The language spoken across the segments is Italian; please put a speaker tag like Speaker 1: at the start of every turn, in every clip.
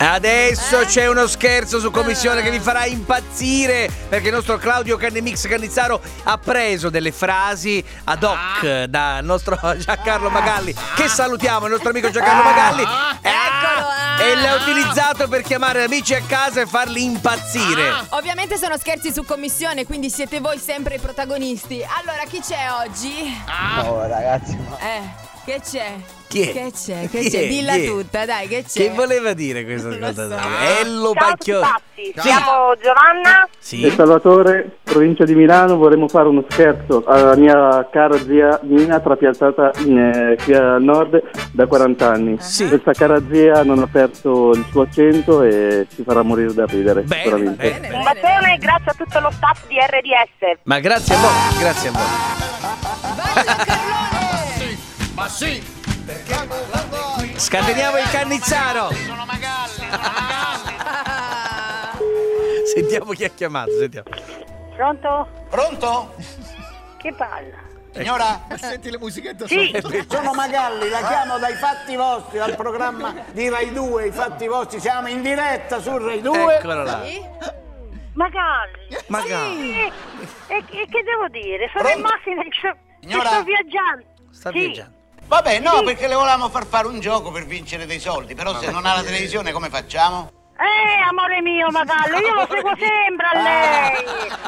Speaker 1: Adesso
Speaker 2: Eh?
Speaker 1: c'è uno scherzo su commissione
Speaker 3: Eh.
Speaker 1: che vi farà impazzire perché il nostro Claudio Cannemix Cannizzaro ha preso delle frasi ad hoc
Speaker 3: Ah.
Speaker 1: dal nostro Giancarlo Magalli che salutiamo il nostro amico
Speaker 3: Ah.
Speaker 1: Giancarlo Magalli
Speaker 2: Eccolo, ah!
Speaker 1: e l'ha utilizzato per chiamare amici a casa e farli
Speaker 3: Ah.
Speaker 1: impazzire.
Speaker 2: Ovviamente sono scherzi su commissione, quindi siete voi sempre i protagonisti. Allora, chi c'è oggi?
Speaker 4: Ah.
Speaker 5: Oh ragazzi, ma
Speaker 2: Eh, che c'è?
Speaker 4: Eh.
Speaker 1: Chi è?
Speaker 2: Che c'è? Che
Speaker 1: Chi
Speaker 2: c'è?
Speaker 1: è?
Speaker 2: Dilla
Speaker 1: Chi è?
Speaker 2: tutta, dai, che c'è?
Speaker 1: Che voleva dire questo
Speaker 2: Non lo so.
Speaker 1: ascoltatore? Ello
Speaker 3: Ciao a tutti
Speaker 1: Pacchioni.
Speaker 3: pazzi, siamo Giovanna.
Speaker 5: e
Speaker 1: Sì?
Speaker 5: Salvatore, provincia di Milano, vorremmo fare uno scherzo alla mia cara zia Nina, trapiantata in, eh, qui al nord da 40 anni.
Speaker 1: Ah. Sì.
Speaker 5: Questa cara zia non ha perso il suo accento e ci farà morire da ridere,
Speaker 1: Bene,
Speaker 5: sicuramente.
Speaker 1: Eh, bene.
Speaker 3: Un bacione e grazie a tutto lo staff di RDS.
Speaker 1: Ma grazie a voi, grazie a voi.
Speaker 2: Bello Carlone!
Speaker 1: Scateniamo il cannizzaro. Sentiamo chi ha chiamato, sentiamo.
Speaker 3: Pronto?
Speaker 4: Pronto?
Speaker 3: Che palla.
Speaker 4: Signora? Eh, Senti le musichette
Speaker 3: Sì.
Speaker 6: Sono Magalli, la chiamo dai fatti vostri, dal programma di Rai 2, i fatti vostri, siamo in diretta su Rai 2.
Speaker 1: Eccolo là.
Speaker 3: Magari.
Speaker 4: Eh.
Speaker 1: Magari.
Speaker 3: E, e- e che devo dire? Sono
Speaker 4: Pronto?
Speaker 3: in macchina che sto- che
Speaker 4: Signora?
Speaker 3: sto viaggiando.
Speaker 1: Sta
Speaker 3: Sì.
Speaker 1: viaggiando.
Speaker 4: Vabbè, no, perché le volevamo far fare un gioco per vincere dei soldi, però se non ha la televisione come facciamo?
Speaker 3: Eh, amore mio, Magallo, io lo seguo sempre a lei.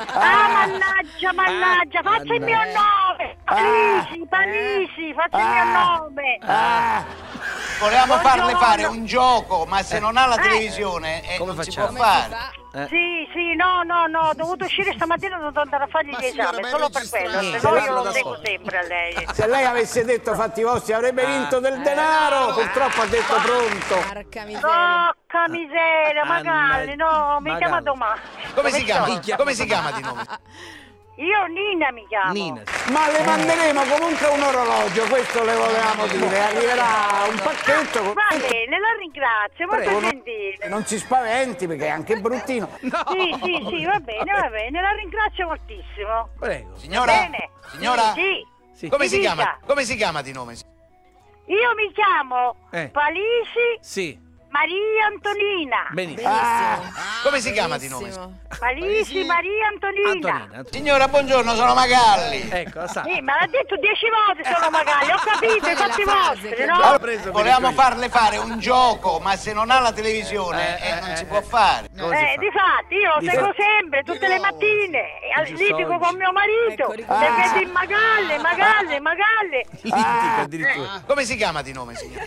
Speaker 3: Ah, mannaggia, mannaggia, faccia il mio nome.
Speaker 1: Ah.
Speaker 3: Palisi, palisi, faccia il mio nome.
Speaker 1: Ah.
Speaker 4: Volevamo farle
Speaker 3: Buongiorno.
Speaker 4: fare un gioco, ma se non ha la televisione eh,
Speaker 1: Eh. Come
Speaker 4: non si può
Speaker 1: facciamo?
Speaker 4: fare.
Speaker 1: Eh.
Speaker 3: Sì, sì, no, no, no, ho dovuto uscire stamattina, ho dovuto andare a fargli gli esami, solo per quello, se no io lo seguo sempre a lei.
Speaker 1: Ah,
Speaker 6: Se lei avesse detto fatti vostri avrebbe vinto del denaro, purtroppo ha detto pronto.
Speaker 2: Porca miseria.
Speaker 3: Porca
Speaker 1: Ah,
Speaker 3: miseria, Magalli, no, mi
Speaker 1: Magalli.
Speaker 3: chiama domani.
Speaker 4: Come si
Speaker 3: sono?
Speaker 4: chiama? Come si chiama di nome?
Speaker 3: Io Nina mi chiamo.
Speaker 1: Nina.
Speaker 6: Ma le manderemo comunque un orologio, questo le volevamo dire. Arriverà un pacchetto con...
Speaker 3: Va bene, la ringrazio, molto
Speaker 6: Prego, no-
Speaker 3: gentile.
Speaker 6: Non si spaventi perché è anche bruttino.
Speaker 3: Sì, sì, sì, va bene, va bene, la ringrazio moltissimo.
Speaker 1: Prego.
Speaker 4: Signora?
Speaker 3: Bene.
Speaker 4: Signora?
Speaker 3: Sì.
Speaker 1: Sì.
Speaker 4: Come si
Speaker 3: Mi
Speaker 4: chiama?
Speaker 3: dica.
Speaker 4: Come si chiama di nome?
Speaker 3: Io mi chiamo
Speaker 1: Eh.
Speaker 3: Palisi
Speaker 1: Sì.
Speaker 3: Maria Antonina.
Speaker 1: Benissimo.
Speaker 2: Benissimo.
Speaker 4: Ah.
Speaker 2: Ah,
Speaker 4: Come si chiama di nome?
Speaker 2: Benissimo.
Speaker 3: Palisi Maria Antonina.
Speaker 1: Antonina. Antonina.
Speaker 4: Signora, buongiorno, sono Magalli.
Speaker 1: Ecco, la sa.
Speaker 3: Sì, ma l'ha detto dieci volte solo magari, ho capito,
Speaker 2: Quella
Speaker 3: i
Speaker 2: è la
Speaker 3: fatti
Speaker 2: frase
Speaker 3: vostri,
Speaker 2: che-
Speaker 3: no?
Speaker 1: L'ho preso per il
Speaker 4: Volevamo
Speaker 1: coglione.
Speaker 4: farle fare un gioco, ma se non ha la televisione
Speaker 1: Eh,
Speaker 4: eh,
Speaker 1: eh,
Speaker 4: non si
Speaker 1: eh,
Speaker 4: può
Speaker 1: eh.
Speaker 4: fare.
Speaker 1: Come si
Speaker 3: Eh,
Speaker 1: fa?
Speaker 3: di fatti, io lo
Speaker 1: Di
Speaker 3: seguo
Speaker 1: fatti.
Speaker 3: sempre, tutte le mattine, e al-
Speaker 1: Ci sono.
Speaker 3: litigo con mio marito,
Speaker 2: Ecco, ricordo.
Speaker 3: perché di Magalle, Magalle, Magalle,
Speaker 1: Litiga addirittura.
Speaker 4: Come si chiama di nome, signora?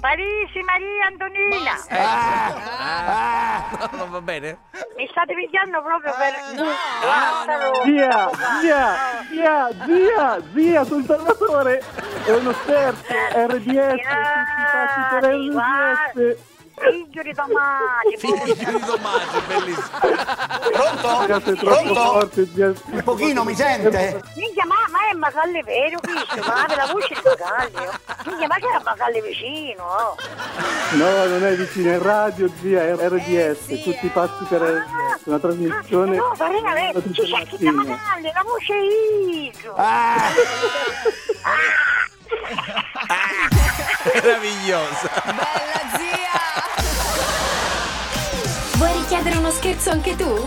Speaker 3: Parisi, Maria, Antonina, Ah.
Speaker 1: No, non va bene?
Speaker 3: mi state picchiando proprio per...
Speaker 5: Zia, zia, zia, zia, zia, sono Salvatore. È uno scherzo, RDS, tutti i fatti per
Speaker 3: Guardi, guardi.
Speaker 5: RDS.
Speaker 3: Figlio di domani,
Speaker 1: Figlio di Tommaso, bellissimo.
Speaker 5: Cazzo,
Speaker 4: Pronto?
Speaker 5: è troppo
Speaker 4: Pronto?
Speaker 5: forte, zia.
Speaker 6: Un pochino mi sente?
Speaker 3: minchia, ma, ma è Magalle vero, Cristo, ma la voce di Magalle, oh. minchia, ma che era Magalle vicino, oh.
Speaker 5: No, non è vicino, è radio, zia, è RDS,
Speaker 2: Eh, zia.
Speaker 5: tutti i pazzi per RDS, una trasmissione.
Speaker 3: Ah, No, Farina, lei
Speaker 5: Tutte
Speaker 3: ci
Speaker 5: le
Speaker 3: sa che
Speaker 5: mattine.
Speaker 3: Magalle, la voce Iso.
Speaker 6: Ah,
Speaker 1: Meraviglioso.
Speaker 2: Bella zia.
Speaker 7: Vuoi richiedere uno scherzo anche tu?